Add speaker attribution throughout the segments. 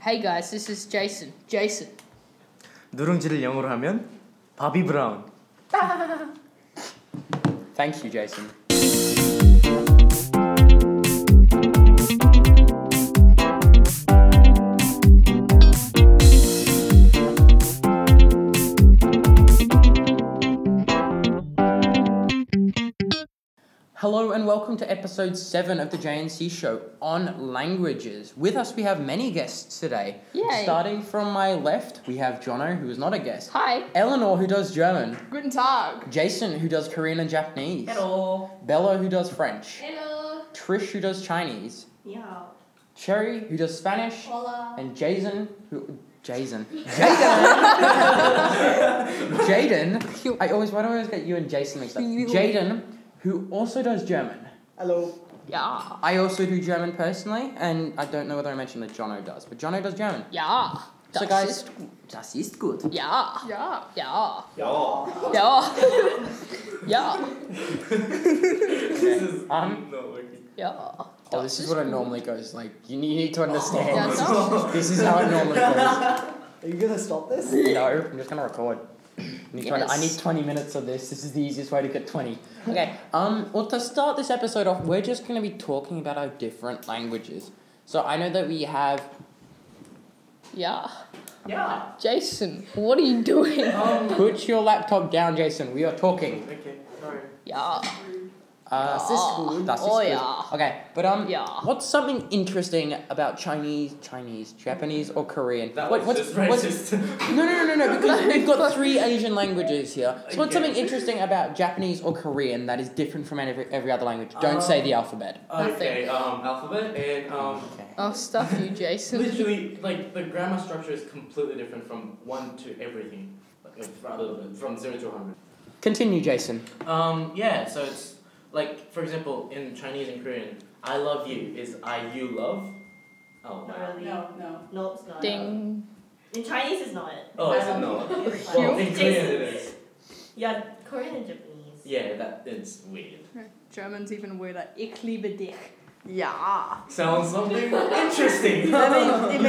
Speaker 1: Hey guys, this is Jason. Jason.
Speaker 2: 누룽지를 영어로 하면 바비 브라운.
Speaker 3: Thank you, Jason. Hello and welcome to episode 7 of the JNC show on languages. With us, we have many guests today.
Speaker 1: Yay.
Speaker 3: Starting from my left, we have Jono, who is not a guest,
Speaker 1: Hi.
Speaker 3: Eleanor, who does German,
Speaker 1: Guten Tag.
Speaker 3: Jason, who does Korean and Japanese.
Speaker 4: Hello.
Speaker 3: Bella, who does French.
Speaker 5: Hello.
Speaker 3: Trish, who does Chinese.
Speaker 4: Ni hao.
Speaker 3: Cherry, who does Spanish.
Speaker 5: Hola.
Speaker 3: And Jason, who. Jason. Jaden. Jaden. I always, why do I always get you and Jason mixed up? Jaden, who also does German.
Speaker 4: Hello.
Speaker 1: Yeah.
Speaker 3: I also do German personally, and I don't know whether I mentioned that Jono does, but Jono does German.
Speaker 1: Yeah.
Speaker 3: so,
Speaker 1: Das
Speaker 3: guys,
Speaker 1: ist-
Speaker 3: das ist gut.
Speaker 1: Yeah.
Speaker 4: Yeah.
Speaker 1: Yeah.
Speaker 2: 야.
Speaker 1: Yeah. yeah.
Speaker 3: Um,
Speaker 1: Yeah.
Speaker 3: oh, this is what it normally goes like. You need, you need to understand.
Speaker 1: Yeah, no.
Speaker 3: This is how it normally goes.
Speaker 4: Are you gonna stop this?
Speaker 3: No, I'm just gonna record. I need, 20, I
Speaker 1: Yes.
Speaker 3: need 20 minutes of this. This is the easiest way to get 20. Okay, um, well, to start this episode off, we're just gonna be talking about our different languages. So I know that we have.
Speaker 1: Yeah.
Speaker 4: Yeah.
Speaker 1: Jason, what are you doing?
Speaker 3: Put your laptop down, Jason. We are talking.
Speaker 4: Okay. Sorry.
Speaker 1: Yeah.
Speaker 3: Uh,
Speaker 1: Das ist gut.
Speaker 3: das ist
Speaker 1: Oh,
Speaker 3: gut.
Speaker 1: yeah.
Speaker 3: Okay, but um,
Speaker 1: Yeah.
Speaker 3: what's something interesting about Chinese, Chinese, Japanese, or Korean? What- what's, what's, No, no, no, no, no, because we've got three Asian languages here. So what's
Speaker 2: Okay.
Speaker 3: something interesting about Japanese or Korean that is different from every, every other language? Don't
Speaker 2: Um,
Speaker 3: say the alphabet.
Speaker 2: okay, um, alphabet and um,
Speaker 1: I'll stuff you, Jason.
Speaker 2: literally like the grammar structure is completely different from one to everything, like, rather than from zero to hundred.
Speaker 3: Continue, Jason.
Speaker 2: Um, yeah, so it's like for example in Chinese and Korean, I love you is I you love. Oh wow.
Speaker 5: Really?
Speaker 4: No, no.
Speaker 5: No, it's not.
Speaker 1: Ding.
Speaker 5: In Chinese, it's not.
Speaker 2: Oh, is it
Speaker 6: Um,
Speaker 1: You?
Speaker 2: not? Well, in
Speaker 5: It's fine.
Speaker 2: Korean it is.
Speaker 5: Yeah, Korean and Japanese.
Speaker 2: Yeah, that it's weird.
Speaker 4: German's even weirder. Ich liebe dich.
Speaker 1: Yeah.
Speaker 2: Sounds something interesting.
Speaker 4: You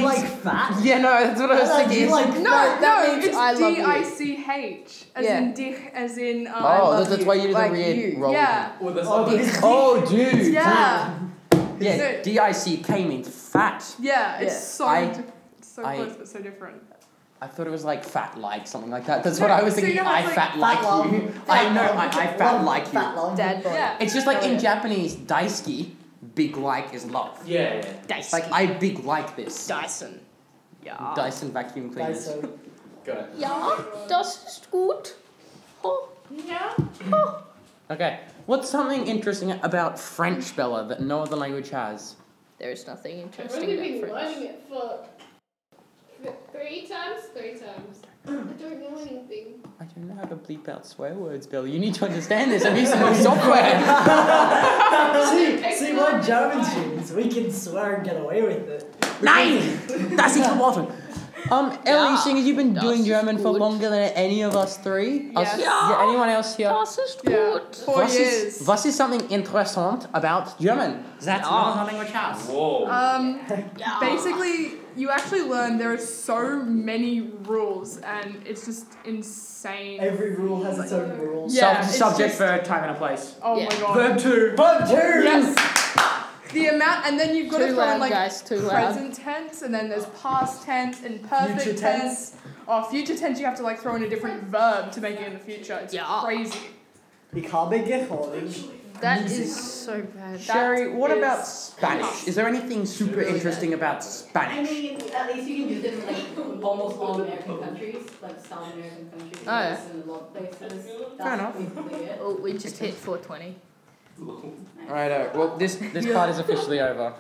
Speaker 4: like that?
Speaker 3: Yeah, no, that's what I was
Speaker 4: Hello, do
Speaker 3: thinking.
Speaker 4: you like
Speaker 7: No,
Speaker 4: that?
Speaker 1: that
Speaker 7: no,
Speaker 1: means
Speaker 7: it's
Speaker 1: I love
Speaker 7: D
Speaker 1: you.
Speaker 7: I C H, as
Speaker 1: Yeah.
Speaker 7: in dich, as in um, I
Speaker 3: oh,
Speaker 7: love
Speaker 3: that's, that's
Speaker 7: you.
Speaker 3: why you did
Speaker 7: like
Speaker 3: the weird
Speaker 7: you.
Speaker 3: roll.
Speaker 7: Yeah,
Speaker 2: Well, that's
Speaker 4: Oh,
Speaker 2: not-
Speaker 4: this-
Speaker 3: Oh, dude.
Speaker 7: yeah,
Speaker 3: Yeah,
Speaker 7: So-
Speaker 3: D-I-C-K means fat.
Speaker 7: yeah. It's
Speaker 1: Yeah.
Speaker 7: so
Speaker 3: I-
Speaker 7: di- so
Speaker 3: I-
Speaker 7: close but so different.
Speaker 3: I thought it was like fat like, something like that. That's what I was
Speaker 7: So you
Speaker 3: thinking.
Speaker 7: have,
Speaker 3: I
Speaker 7: like,
Speaker 3: fat like you. I know, I, I fat like you.
Speaker 1: Dad.
Speaker 7: Yeah,
Speaker 3: It's just like
Speaker 7: Oh,
Speaker 3: in
Speaker 7: yeah.
Speaker 3: Japanese, daisuki, big like is love.
Speaker 2: Yeah, yeah.
Speaker 3: It's
Speaker 1: Dyson.
Speaker 3: like I big like this.
Speaker 1: Dyson. Yeah.
Speaker 3: Dyson vacuum cleaners.
Speaker 2: Got it.
Speaker 1: Yeah. Das ist gut. Oh.
Speaker 5: Yeah.
Speaker 3: Okay. What's something interesting about French, Bella, that no other language has?
Speaker 1: There is nothing
Speaker 8: I've
Speaker 1: interesting
Speaker 8: only been
Speaker 1: about French.
Speaker 8: learning it for th- three times, three times. I don't know anything.
Speaker 3: I don't know how to bleep out swear words, Bella. You need to understand this. I'm using new software.
Speaker 8: I
Speaker 4: See, see
Speaker 8: can't
Speaker 4: what German
Speaker 8: decide.
Speaker 4: Jews, we can swear and get away with it.
Speaker 3: Nein! Das ist verboten. Um, Ellie,
Speaker 1: Yeah.
Speaker 3: seeing as you've been
Speaker 1: Das
Speaker 3: doing
Speaker 1: ist
Speaker 3: German for
Speaker 1: gut.
Speaker 3: longer than any of us three, us,
Speaker 7: Yes.
Speaker 3: yeah, anyone else here?
Speaker 1: Das ist
Speaker 7: yeah.
Speaker 1: gut.
Speaker 7: Four
Speaker 3: was
Speaker 7: years.
Speaker 3: Is, was is something interessant about German? That's
Speaker 1: Yeah.
Speaker 3: not another language has.
Speaker 2: Whoa.
Speaker 4: Uh,
Speaker 7: um,
Speaker 1: Yeah.
Speaker 7: basically, you actually learn there are so many rules, and it's just insane.
Speaker 4: Every rule has its own rules.
Speaker 7: Yeah,
Speaker 3: Sub-
Speaker 7: it's
Speaker 3: subject,
Speaker 7: just-
Speaker 3: verb, time, and a place.
Speaker 7: oh
Speaker 1: Yeah.
Speaker 7: my god.
Speaker 3: Verb two.
Speaker 4: But two!
Speaker 7: Yes. The amount, and then you've got
Speaker 1: Too
Speaker 7: to throw
Speaker 1: loud,
Speaker 7: in like
Speaker 1: guys. Too loud.
Speaker 7: present tense, and then there's past tense and perfect
Speaker 4: Future tense.
Speaker 7: tense. Or future tense, you have to like throw in a different verb to make it in the future. It's
Speaker 1: Yeah.
Speaker 7: crazy.
Speaker 4: Ich habe gehorcht.
Speaker 1: That is so bad.
Speaker 3: Sherry, what
Speaker 7: is-
Speaker 3: about Spanish? Is there anything super
Speaker 2: Really
Speaker 3: interesting about
Speaker 5: I
Speaker 3: Spanish?
Speaker 5: mean, at least you can do this in like almost all American countries, like South American countries.
Speaker 1: Oh, yeah.
Speaker 5: and a lot of places.
Speaker 3: Fair enough.
Speaker 5: enough.
Speaker 1: Oh, we just hit 420.
Speaker 3: Righto. uh, Well, this this part is officially over.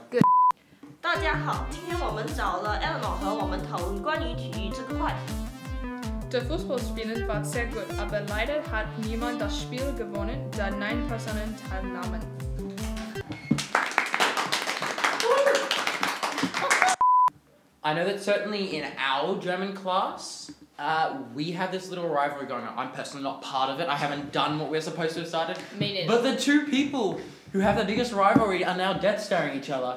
Speaker 6: 大家好，今天我们找了 Eleanor 和我们讨论关于体育这个话题。
Speaker 7: Der Fußballspielen war sehr gut, aber leider hat niemand das Spiel gewonnen, da neun Personen teilnahmen.
Speaker 3: I know that certainly in our German class, uh, we have this little rivalry going on. I'm personally not part of it. I haven't done what we're supposed to have started.
Speaker 1: Mean it.
Speaker 3: But the two people who have the biggest rivalry are now death staring each other.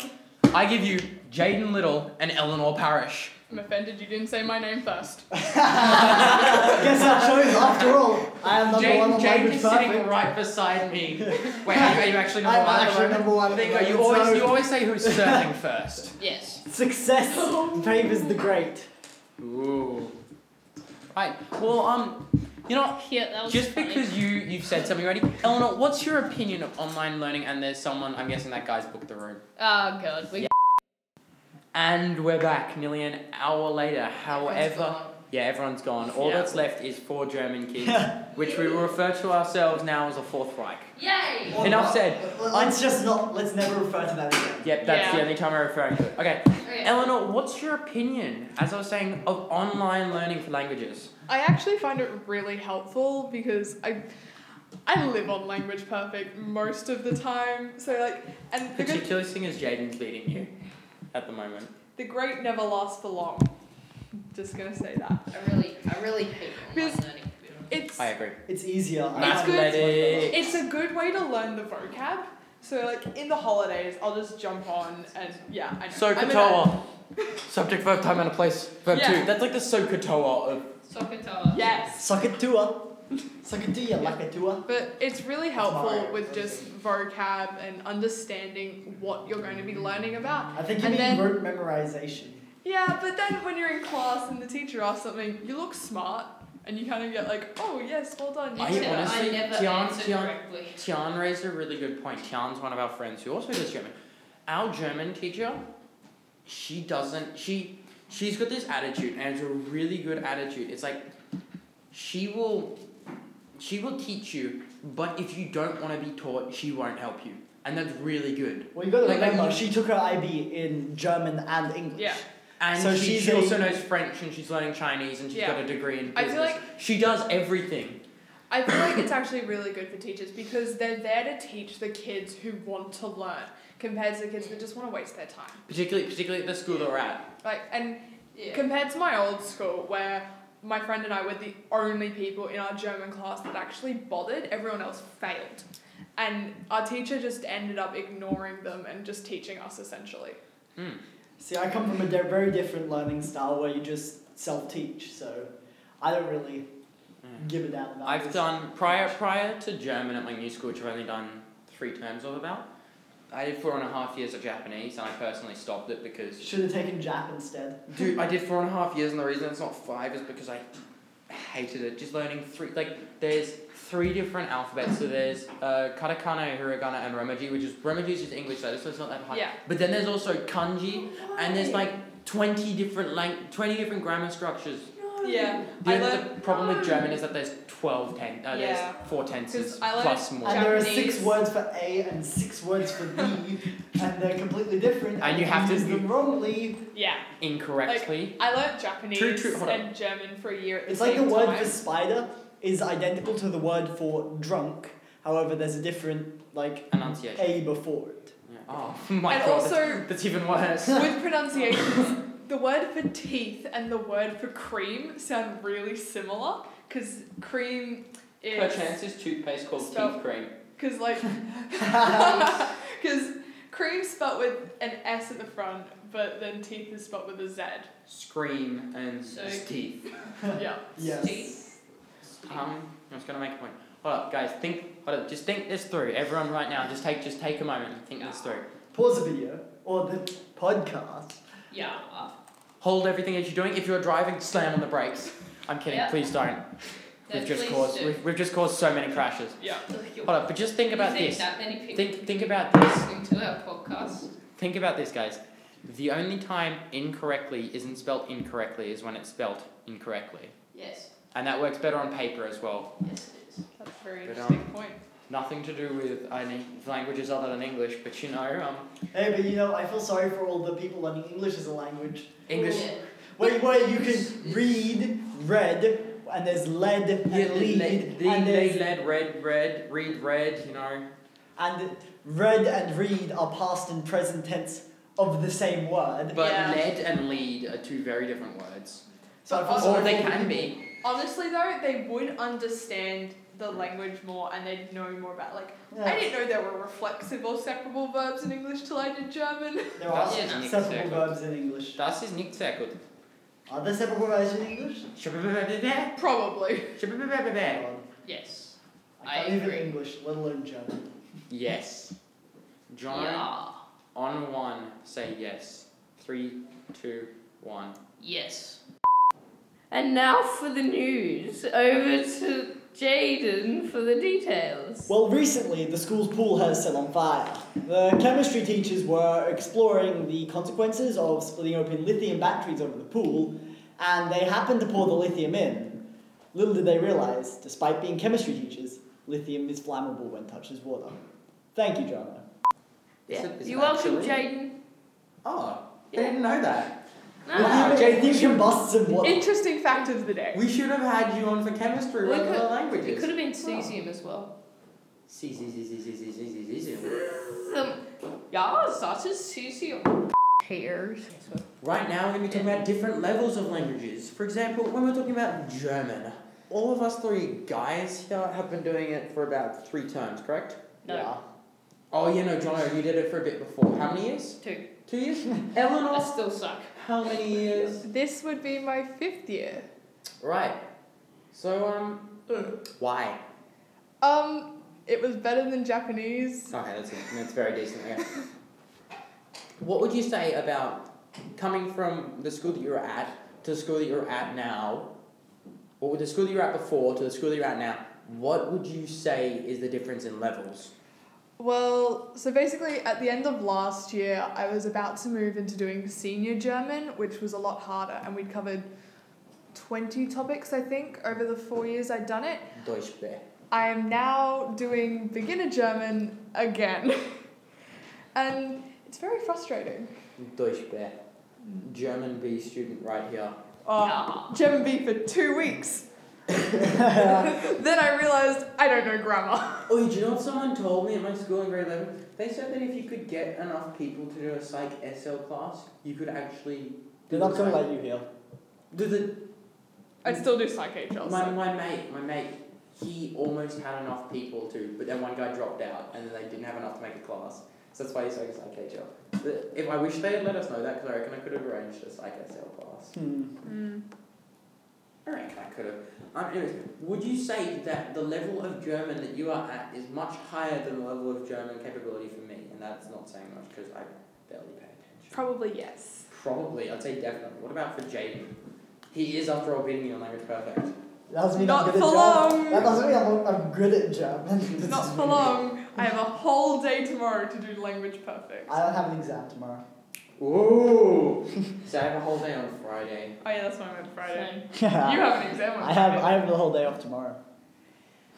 Speaker 3: I give you Jaden Little and Eleanor Parrish.
Speaker 7: I'm offended you didn't say my name first.
Speaker 4: Guess I chose after all. I am number one
Speaker 3: Jane,
Speaker 4: on
Speaker 3: Jane
Speaker 4: language
Speaker 3: is
Speaker 4: perfect.
Speaker 3: sitting right beside me. Wait, are you, are you actually number
Speaker 4: I'm
Speaker 3: one? at the
Speaker 4: actually
Speaker 3: moment?
Speaker 4: number one. at
Speaker 3: There you
Speaker 4: the
Speaker 3: go. You
Speaker 4: moment,
Speaker 3: always,
Speaker 4: so
Speaker 3: you always say who's serving first.
Speaker 1: Yes.
Speaker 4: Success favors the great.
Speaker 3: Ooh. Right. Well, um, you know,
Speaker 1: Yeah, that was
Speaker 3: Just
Speaker 1: funny.
Speaker 3: because you you've said something already, Eleanor, what's your opinion of online learning? And there's someone I'm guessing that guy's booked the room.
Speaker 1: Oh god, we.
Speaker 3: Yeah. And we're back, nearly an hour later.
Speaker 5: Everyone's
Speaker 3: However,
Speaker 5: gone.
Speaker 3: yeah, everyone's gone. All
Speaker 1: Yeah.
Speaker 3: that's left is four German kids, which we will refer to ourselves now as the Fourth Reich.
Speaker 5: Yay!
Speaker 4: Or
Speaker 3: Enough
Speaker 4: not.
Speaker 3: said.
Speaker 4: Well, Let's just not. Let's never refer to that again.
Speaker 3: Yep, that's the
Speaker 7: Yeah.
Speaker 3: only time I'm referring to it. Okay,
Speaker 5: Okay.
Speaker 3: Eleanor, what's your opinion, as I was saying, of online learning for languages?
Speaker 7: I actually find it really helpful because I I live on language perfect most of the time. So like and the good,
Speaker 3: Particularly seeing as Jaden's beating you at the moment.
Speaker 7: the great never lasts for long. Just gonna say that.
Speaker 5: I really, I really hate online
Speaker 7: Because-
Speaker 5: learning. to be honest.
Speaker 7: It's
Speaker 3: I agree.
Speaker 4: It's easier. I
Speaker 3: Mathematics.
Speaker 4: find it's much better.
Speaker 7: it's a good way to learn the vocab. So like in the holidays, I'll just jump on and yeah. I know.
Speaker 3: So
Speaker 7: I'm in
Speaker 3: Katoa. Subject, verb, time, and a place. Verb
Speaker 7: Yeah.
Speaker 3: two. That's like the so Katoa of.
Speaker 7: a-
Speaker 5: Sokotoa.
Speaker 7: Yes,
Speaker 4: Suck it to her. Suck it to you, like it to her.
Speaker 7: but it's really helpful
Speaker 4: Tomorrow.
Speaker 7: with just vocab and understanding what you're going to be learning about.
Speaker 4: I think you
Speaker 7: And
Speaker 4: mean
Speaker 7: then-
Speaker 4: rote memorization.
Speaker 7: Yeah, but then when you're in class and the teacher asks something, you look smart and you kind of get like, oh yes, well done.
Speaker 3: I
Speaker 7: you did
Speaker 5: Except
Speaker 7: it."
Speaker 3: honestly-
Speaker 5: I never
Speaker 3: Tian-
Speaker 5: answered
Speaker 3: Tian-
Speaker 5: correctly.
Speaker 3: Tian raised a really good point. Tian's one of our friends who also does German. Our German teacher, she doesn't. She she's got this attitude, and it's a really good attitude. It's like she will she will teach you, but if you don't want to be taught, she won't help you, and that's really good.
Speaker 4: Well, you gotta
Speaker 3: Like, like Mm.
Speaker 4: remember,
Speaker 3: you-
Speaker 4: she took her IB in German and English.
Speaker 7: Yeah.
Speaker 3: And
Speaker 4: So
Speaker 3: she,
Speaker 4: she's
Speaker 3: she
Speaker 4: a-
Speaker 3: also knows French, and she's learning Chinese, and she's
Speaker 7: Yeah.
Speaker 3: got a degree in
Speaker 7: I
Speaker 3: business.
Speaker 7: feel
Speaker 3: she does everything.
Speaker 7: I feel like it's actually really good for teachers because they're there to teach the kids who want to learn compared to the kids that just want to waste their time.
Speaker 3: particularly particularly at the school that we're at.
Speaker 7: Like, and
Speaker 5: Yeah.
Speaker 7: compared to my old school where my friend and I were the only people in our German class that actually bothered, everyone else failed. And our teacher just ended up ignoring them and just teaching us essentially.
Speaker 4: See, I come from a di- very different learning style where you just self teach, so I don't really give a damn about
Speaker 3: I've
Speaker 4: this.
Speaker 3: done prior prior to German at my new school, which I've only done three terms of about. I did four and a half years of Japanese, and I personally stopped it because
Speaker 4: Should have taken Jap instead.
Speaker 3: dude, I did four and a half years, and the reason it's not five is because I hated it. Just learning three like there's three different alphabets. So there's uh, katakana, hiragana, and romaji, which is romaji is just English letters, so it's not that hard.
Speaker 7: Yeah.
Speaker 3: But then there's also kanji, and there's
Speaker 5: Why?
Speaker 3: like twenty different lang- twenty different grammar structures.
Speaker 5: No.
Speaker 7: Yeah,
Speaker 3: The,
Speaker 7: I
Speaker 3: the
Speaker 7: learned
Speaker 3: problem with German is that there's 12 ten, uh,
Speaker 7: Yeah.
Speaker 3: there's 4 tenses
Speaker 7: 'Cause I learned-
Speaker 3: plus more.
Speaker 4: And there are six
Speaker 7: Japanese.
Speaker 4: words for A and six words for B, and they're completely different.
Speaker 3: And you
Speaker 4: if
Speaker 3: have to
Speaker 4: use them
Speaker 3: be-
Speaker 4: wrongly.
Speaker 7: yeah.
Speaker 3: Incorrectly.
Speaker 7: I learnt Japanese
Speaker 3: True, true, hold on.
Speaker 7: and German for a year at the
Speaker 4: It's
Speaker 7: same
Speaker 4: like the word
Speaker 7: time.
Speaker 4: for spider is identical to the word for drunk. However, there's a different like
Speaker 3: Enunciation.
Speaker 4: A before it.
Speaker 3: Yeah. Oh my
Speaker 7: And
Speaker 3: god.
Speaker 7: also-
Speaker 3: that's, that's even worse.
Speaker 7: With pronunciations, the word for teeth and the word for cream sound really similar because cream is
Speaker 3: is toothpaste
Speaker 7: called Spell- teeth
Speaker 3: cream.
Speaker 7: because like because cream spelt with an S at the front, but then teeth is spelt with a Z.
Speaker 3: Scream and
Speaker 5: So-
Speaker 3: teeth.
Speaker 7: Yeah.
Speaker 4: Yes.
Speaker 3: Um, I was gonna make a point. Hold up, guys. Think. Hold up. Just think this through. Everyone, right now, just take just take a moment and think this through.
Speaker 4: Pause the video or the podcast.
Speaker 5: Yeah. uh,
Speaker 3: Hold everything that you're doing. If you're driving, slam on the brakes. I'm kidding.
Speaker 5: Yeah.
Speaker 3: Please don't. We've
Speaker 5: Then
Speaker 3: just
Speaker 5: please
Speaker 3: caused
Speaker 5: do.
Speaker 3: we've, we've just caused so many crashes.
Speaker 7: Yeah.
Speaker 5: Ugh,
Speaker 3: Hold up, but just think
Speaker 5: you
Speaker 3: about
Speaker 5: think
Speaker 3: this.
Speaker 5: That many people
Speaker 3: Think think about this.
Speaker 5: listening to our podcast.
Speaker 3: Think about this, guys. The only time incorrectly isn't spelt incorrectly is when it's spelt incorrectly.
Speaker 5: Yes.
Speaker 3: And that works better on paper as well.
Speaker 5: Yes, it is.
Speaker 7: That's a very
Speaker 3: But,
Speaker 7: interesting
Speaker 3: um,
Speaker 7: point.
Speaker 3: Nothing to do with any languages other than English, but you know, um,
Speaker 4: Hey, but you know, I feel sorry for all the people learning English as a language.
Speaker 3: English.
Speaker 5: Yeah.
Speaker 4: Wait, wait, you can read, read, and there's lead and lead,
Speaker 3: lead,
Speaker 4: and there's,
Speaker 3: lead, red, red, read, red, you know.
Speaker 4: and read and read are past and present tense of the same word.
Speaker 3: But
Speaker 7: Yeah.
Speaker 3: lead and lead are two very different words.
Speaker 4: So I feel
Speaker 7: Or
Speaker 4: sorry
Speaker 3: Or they
Speaker 4: for all the
Speaker 3: can
Speaker 4: people-
Speaker 3: be.
Speaker 7: Honestly, though, they would understand the language more and they'd know more about like I
Speaker 4: Yeah,
Speaker 7: didn't know there were reflexive or separable verbs in English till I did German.
Speaker 4: there are
Speaker 3: Yeah,
Speaker 4: separable
Speaker 3: exactly.
Speaker 4: verbs in English.
Speaker 3: Das ist nicht sehr gut.
Speaker 4: Are there separable verbs in English?
Speaker 7: Probably.
Speaker 4: God,
Speaker 1: Yes.
Speaker 4: I can't
Speaker 1: I
Speaker 4: even
Speaker 1: agree.
Speaker 4: English, let alone German.
Speaker 3: Yes. John,
Speaker 1: Yeah.
Speaker 3: on one, say yes. Three, two, one.
Speaker 1: Yes. And now for the news. Over to Jaden for the details.
Speaker 4: Well, recently the school's pool has set on fire. The chemistry teachers were exploring the consequences of splitting open lithium batteries over the pool, and they happened to pour the lithium in. Little did they realize, despite being chemistry teachers, lithium is flammable when touches water. Thank you, drama.
Speaker 1: yeah.
Speaker 3: Is it- is
Speaker 1: You're
Speaker 3: it
Speaker 1: welcome,
Speaker 3: actually-
Speaker 1: Jaden.
Speaker 3: Oh, I didn't know that.
Speaker 1: No.
Speaker 4: lithium, lithium combusts in water.
Speaker 7: Interesting fact of the day.
Speaker 3: We should have had you on for chemistry
Speaker 1: We
Speaker 3: rather
Speaker 1: could-
Speaker 3: than
Speaker 1: It
Speaker 3: languages.
Speaker 1: could have been cesium as well.
Speaker 3: See, see, see, see, see, see, see, see, see, see.
Speaker 1: Um, yeah, such as cesium. Pears.
Speaker 3: Right now, we're going to be talking about different levels of languages. For example, when we're talking about German, all of us three guys here have been doing it for about three terms, correct?
Speaker 1: No.
Speaker 4: Yeah.
Speaker 3: Oh, yeah, no, Jono, you did it for a bit before. How many years?
Speaker 1: Two.
Speaker 3: Two years?
Speaker 1: I
Speaker 3: Eleanor,
Speaker 1: still suck.
Speaker 3: how many years?
Speaker 7: This would be my fifth year.
Speaker 3: Right. So, um, why?
Speaker 7: Um, it was better than Japanese.
Speaker 3: Okay, that's, that's very decent. Okay. what would you say about coming from the school that you were at to the school that you're at now? What would the school that you're at before to the school that you're at now? What would you say is the difference in levels?
Speaker 7: Well, so basically, at the end of last year, I was about to move into doing senior German, which was a lot harder, and we'd covered 20 topics, I think, over the four years I'd done it.
Speaker 3: Deutsch B.
Speaker 7: I am now doing beginner German again. and it's very frustrating.
Speaker 3: Deutsch B. German B student right here.
Speaker 7: Uh, German B for two weeks. then I realised I don't know grammar.
Speaker 3: Oh, do you know what someone told me at my school in grade 11? They said that if you could get enough people to do a psych SL class, you could actually do
Speaker 4: They're not
Speaker 3: the
Speaker 4: going to
Speaker 3: psych-
Speaker 4: let you here.
Speaker 3: do the
Speaker 7: I'd still do psych HL.
Speaker 3: My,
Speaker 7: so-
Speaker 3: my mate, my mate, he almost had enough people to, but then one guy dropped out, and then they didn't have enough to make a class. So that's why he's like a psych HL. The- If I wish they had let us know that, because I reckon I could have arranged a psych HL class.
Speaker 4: Hmm.
Speaker 7: Mm.
Speaker 3: I reckon I could have. Um, anyways, would you say that the level of German that you are at is much higher than the level of German capability for me? And that's not saying much because I barely pay attention.
Speaker 7: Probably yes.
Speaker 3: Probably, I'd say definitely. What about for Jaden? He is, after all, beating me on language perfect.
Speaker 4: That doesn't mean
Speaker 7: Not
Speaker 4: I'm
Speaker 7: for
Speaker 4: good at
Speaker 7: long.
Speaker 4: German. That doesn't mean I'm, I'm good at German.
Speaker 7: Not for long. I have a whole day tomorrow to do language perfect.
Speaker 4: I don't have an exam tomorrow.
Speaker 3: Ooh! so I have a whole day on Friday.
Speaker 7: Oh yeah, that's why I meant Friday.
Speaker 4: Yeah.
Speaker 7: You have an exam on
Speaker 4: I have I
Speaker 7: Friday.
Speaker 4: have the whole day off tomorrow.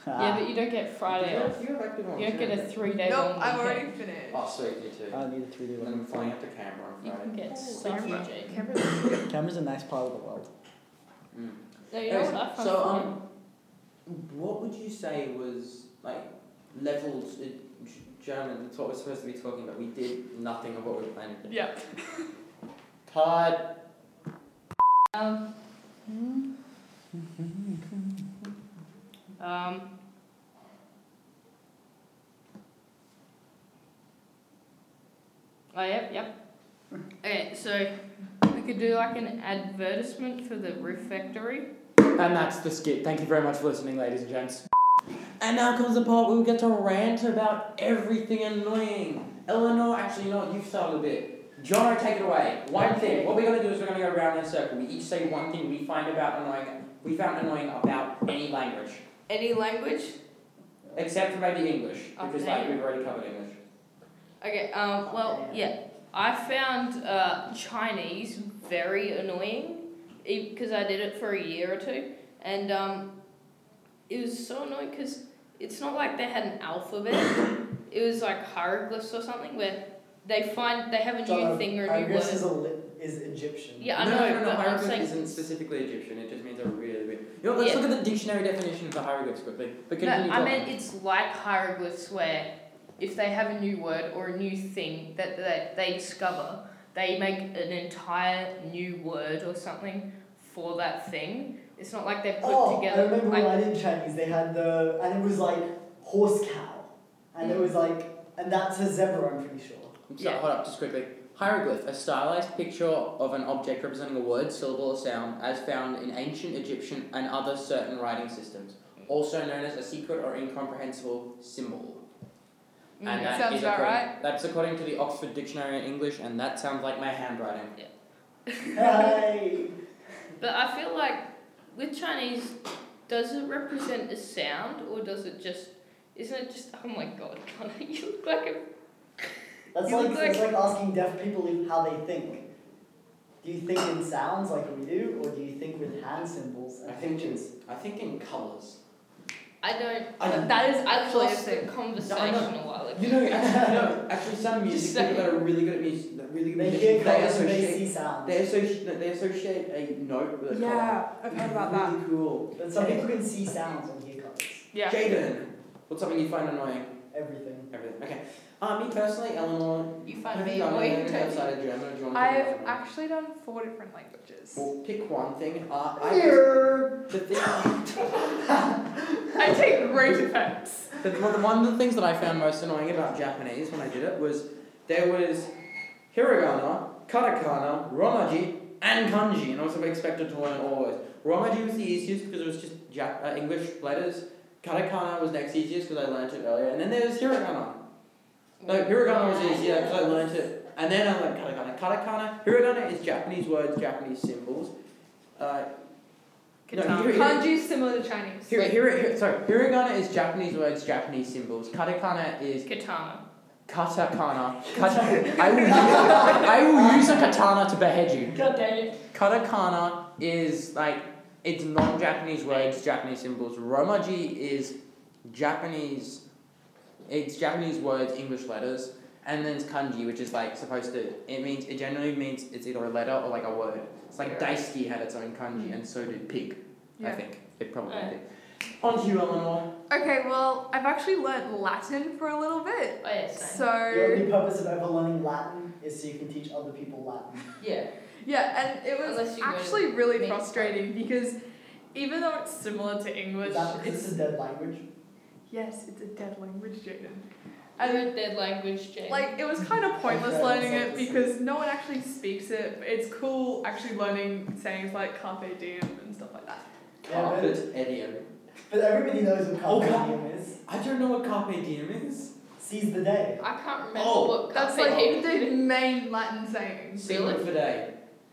Speaker 1: Yeah, but you don't get Friday
Speaker 3: you
Speaker 1: off.
Speaker 3: Have, you have active on
Speaker 1: You don't get a
Speaker 3: Saturday.
Speaker 1: three day
Speaker 7: Nope,
Speaker 1: long
Speaker 7: I've
Speaker 1: weekend.
Speaker 7: already finished.
Speaker 3: Oh, sweet, you too.
Speaker 4: I don't need a three D
Speaker 3: and then I'm
Speaker 4: one.
Speaker 3: flying up to Canberra on
Speaker 1: You can
Speaker 3: Friday.
Speaker 1: get so
Speaker 7: camera.
Speaker 1: much.
Speaker 4: Canberra's a nice part of the world.
Speaker 3: Mm.
Speaker 1: No, you know
Speaker 3: Anyways,
Speaker 1: what? I found
Speaker 3: so,
Speaker 1: funny?
Speaker 3: um, what would you say was, like, levels in G- German? That's what we're supposed to be talking about. We did nothing of what we planned. to do.
Speaker 7: Yeah.
Speaker 3: Todd!
Speaker 1: Um. Um. Oh, yep, yep. Okay, so we could do like an advertisement for the refectory.
Speaker 3: And that's the skit. Thank you very much for listening, ladies and gents. And now comes the part where we get to rant about everything annoying. Eleanor, actually, no, you've started a bit. Jono, take it away. One thing. What we're gonna do is we're gonna go around in a circle. We each say one thing we find about annoying. We found annoying about any language,
Speaker 1: Any language?
Speaker 3: except for maybe English, because like
Speaker 1: Okay.
Speaker 3: we've already covered English.
Speaker 1: Okay, um, well, yeah. I found uh, Chinese very annoying because I did it for a year or two, and um, it was so annoying because it's not like they had an alphabet. it was like hieroglyphs or something where they find they have a new
Speaker 4: Don't know.
Speaker 1: thing or a new word.
Speaker 4: Congress um, is a li- is Egyptian.
Speaker 1: yeah, I
Speaker 3: no,
Speaker 1: know,
Speaker 3: no, no, no,
Speaker 1: but I'm
Speaker 3: hieroglyph
Speaker 1: saying
Speaker 3: isn't specifically Egyptian. It just means a really weird. You know, what, let's
Speaker 1: Yeah.
Speaker 3: look at the dictionary definition of the hieroglyphs quickly. But
Speaker 1: No,
Speaker 3: continue
Speaker 1: I
Speaker 3: talking.
Speaker 1: meant it's like hieroglyphs where if they have a new word or a new thing that, that they discover, they make an entire new word or something for that thing. It's not like they're put
Speaker 4: Oh, I
Speaker 1: together.
Speaker 4: remember
Speaker 1: like,
Speaker 4: when I did Chinese, they had the, and it was like horse cow. And
Speaker 1: Mm.
Speaker 4: it was like, and that's a zebra, I'm pretty sure.
Speaker 3: So,
Speaker 1: Yeah.
Speaker 3: hold up, just quickly. Hieroglyph, a stylized picture of an object representing a word, syllable, or sound, as found in ancient Egyptian and other certain writing systems,
Speaker 7: Mm.
Speaker 3: also known as a secret or incomprehensible symbol.
Speaker 1: mm,
Speaker 3: And that
Speaker 7: Sounds
Speaker 3: is
Speaker 7: about
Speaker 3: according-
Speaker 7: right.
Speaker 3: That's according to the Oxford Dictionary of English, and that sounds like my handwriting.
Speaker 4: Hey!
Speaker 1: But I feel like with Chinese, does it represent a sound or does it just? Isn't it just? Oh my god, Connor, you look like a.
Speaker 4: That's
Speaker 1: You
Speaker 4: like,
Speaker 1: look
Speaker 4: it's like asking deaf people if- how they think. Do you think in sounds like we do, or do you think with hand symbols? and
Speaker 2: I think
Speaker 4: pictures?
Speaker 2: I think in colours.
Speaker 1: I don't.
Speaker 4: I-
Speaker 1: but that is
Speaker 3: that's what I
Speaker 1: actually
Speaker 3: said.
Speaker 1: a conversation a while ago.
Speaker 3: You know, actually, no, actually, some music people that are really good at music, really good
Speaker 4: They
Speaker 3: at
Speaker 4: hear
Speaker 3: music, they
Speaker 4: colours and they
Speaker 3: associate,
Speaker 4: see sounds.
Speaker 3: they associate, they associate a note with a colour.
Speaker 7: Yeah, I've heard about that.
Speaker 3: Really cool.
Speaker 4: But some people can see sounds and hear colours.
Speaker 7: Yeah.
Speaker 3: Jaden, what's something you find annoying?
Speaker 4: Everything.
Speaker 3: Everything. Okay. Uh, me personally, Eleanor.
Speaker 5: You
Speaker 3: have
Speaker 5: find me
Speaker 3: you done
Speaker 5: annoying.
Speaker 3: anything outside of German? Or do you want to
Speaker 7: I
Speaker 3: pick
Speaker 7: have
Speaker 3: another one?
Speaker 7: actually done four different languages.
Speaker 3: Well, pick one thing. Uh, I
Speaker 4: Here.
Speaker 3: the thing.
Speaker 7: I take great offense.
Speaker 3: The, one, one of the things that I found most annoying about Japanese when I did it was there was hiragana, katakana, romaji, and kanji, and I was expected to learn all those. Romaji was the easiest because it was just Jap- uh, English letters. Katakana was next easiest because I learned it earlier, and then there's hiragana. Like hiragana was easier because I learned it, and then I learned katakana. Katakana, hiragana is Japanese words, Japanese symbols. Uh, no, hira- hira-
Speaker 7: Kanji is similar to Chinese.
Speaker 3: Hira, hira, hira, sorry, hiragana is Japanese words, Japanese symbols. Katakana is
Speaker 1: Katana.
Speaker 3: katakana. Kata- I, will use, I will use a katana to behead you.
Speaker 4: God damn it.
Speaker 3: Katakana is like, it's non Japanese words, Japanese symbols. Romaji is Japanese, it's Japanese words, English letters. And then it's kanji, which is like supposed to, it means, it generally means it's either a letter or like a word. It's like daisuke had its own kanji, and so did pig, I
Speaker 7: Yeah.
Speaker 3: think. It probably
Speaker 1: Right.
Speaker 3: did. On to you, Eleanor.
Speaker 7: Okay, well, I've actually learnt Latin for a little bit.
Speaker 1: Oh yeah, same.
Speaker 4: The
Speaker 7: So
Speaker 4: only purpose of ever learning Latin is so you can teach other people Latin.
Speaker 5: Yeah.
Speaker 7: yeah, and it was
Speaker 1: Unless you go to
Speaker 7: actually really
Speaker 1: main
Speaker 7: frustrating because even though it's similar to English,
Speaker 4: Is that because
Speaker 7: it's
Speaker 4: it's a dead language?
Speaker 7: yes, it's a dead language, Jaden.
Speaker 1: I
Speaker 7: And
Speaker 1: read dead language, Jane.
Speaker 7: Like it was kind of pointless
Speaker 4: Okay,
Speaker 7: learning
Speaker 4: that's
Speaker 7: it
Speaker 4: obvious.
Speaker 7: because no one actually speaks it. but It's cool actually learning sayings like carpe diem and stuff like that.
Speaker 4: Yeah, but-
Speaker 3: Carpet idiom.
Speaker 4: But everybody knows what
Speaker 3: Oh,
Speaker 4: carpe
Speaker 3: God.
Speaker 4: diem is.
Speaker 3: I don't know what carpe diem is.
Speaker 4: Seize the day.
Speaker 1: I can't remember
Speaker 3: Oh,
Speaker 1: what
Speaker 7: That's
Speaker 1: carpe
Speaker 7: like
Speaker 1: diem
Speaker 7: the
Speaker 1: did.
Speaker 7: main Latin sayings.
Speaker 3: Sing it for day.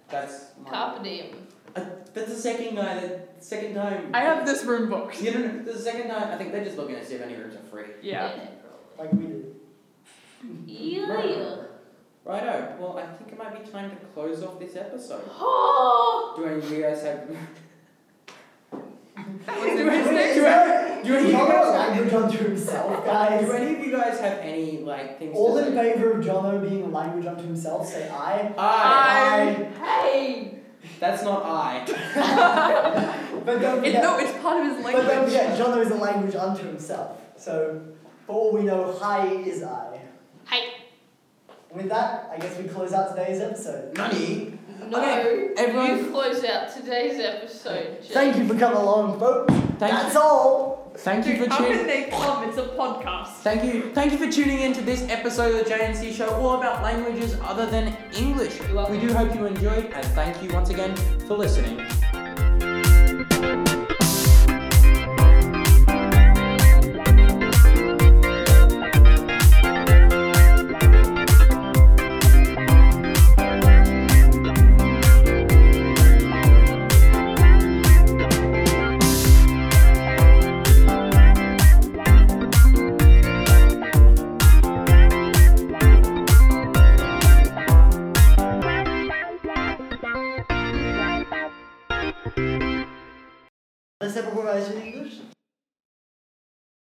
Speaker 3: That's my-
Speaker 1: Carpe diem.
Speaker 3: Uh, that's the second guy. That second time.
Speaker 7: I have this room booked.
Speaker 3: You don't know. The second time. I think they're just looking to see if any rooms are free.
Speaker 7: Yeah.
Speaker 1: probably.
Speaker 4: Like we did.
Speaker 1: Yeah. yeah.
Speaker 3: Righto. Well, I think it might be time to close off this episode.
Speaker 1: Oh,
Speaker 3: Do any of you guys have?
Speaker 7: That was
Speaker 3: do,
Speaker 7: interesting.
Speaker 3: any, do, any, do, any of
Speaker 4: He
Speaker 3: you
Speaker 4: got a
Speaker 3: guys,
Speaker 4: language unto himself,
Speaker 3: do
Speaker 4: guys.
Speaker 3: any of you guys have any like things?
Speaker 4: All
Speaker 3: to
Speaker 4: in
Speaker 3: say?
Speaker 4: favor of Jono being a language unto himself, say aye.
Speaker 3: I.
Speaker 7: Aye.
Speaker 1: hey.
Speaker 3: That's not I.
Speaker 4: But don't
Speaker 7: It,
Speaker 4: forget,
Speaker 7: no, it's part of his
Speaker 4: but don't
Speaker 7: language.
Speaker 4: forget, Jono is a language unto himself. So, for all we know, hi is I.
Speaker 1: Hi.
Speaker 4: With that, I guess we close out today's episode.
Speaker 3: Nani.
Speaker 1: No.
Speaker 3: Okay, everyone-
Speaker 1: You close out today's episode. Jane.
Speaker 4: Thank you for coming along, folks. That's all.
Speaker 3: Thank you
Speaker 7: Dude,
Speaker 3: for
Speaker 7: how
Speaker 3: tuning.
Speaker 7: can they come? It's a podcast.
Speaker 3: Thank you. Thank you for tuning in to this episode of the JNC Show, all about languages other than English.
Speaker 1: You're welcome.
Speaker 3: We do hope you enjoyed, and thank you once again for listening.
Speaker 4: Let's have a word in English.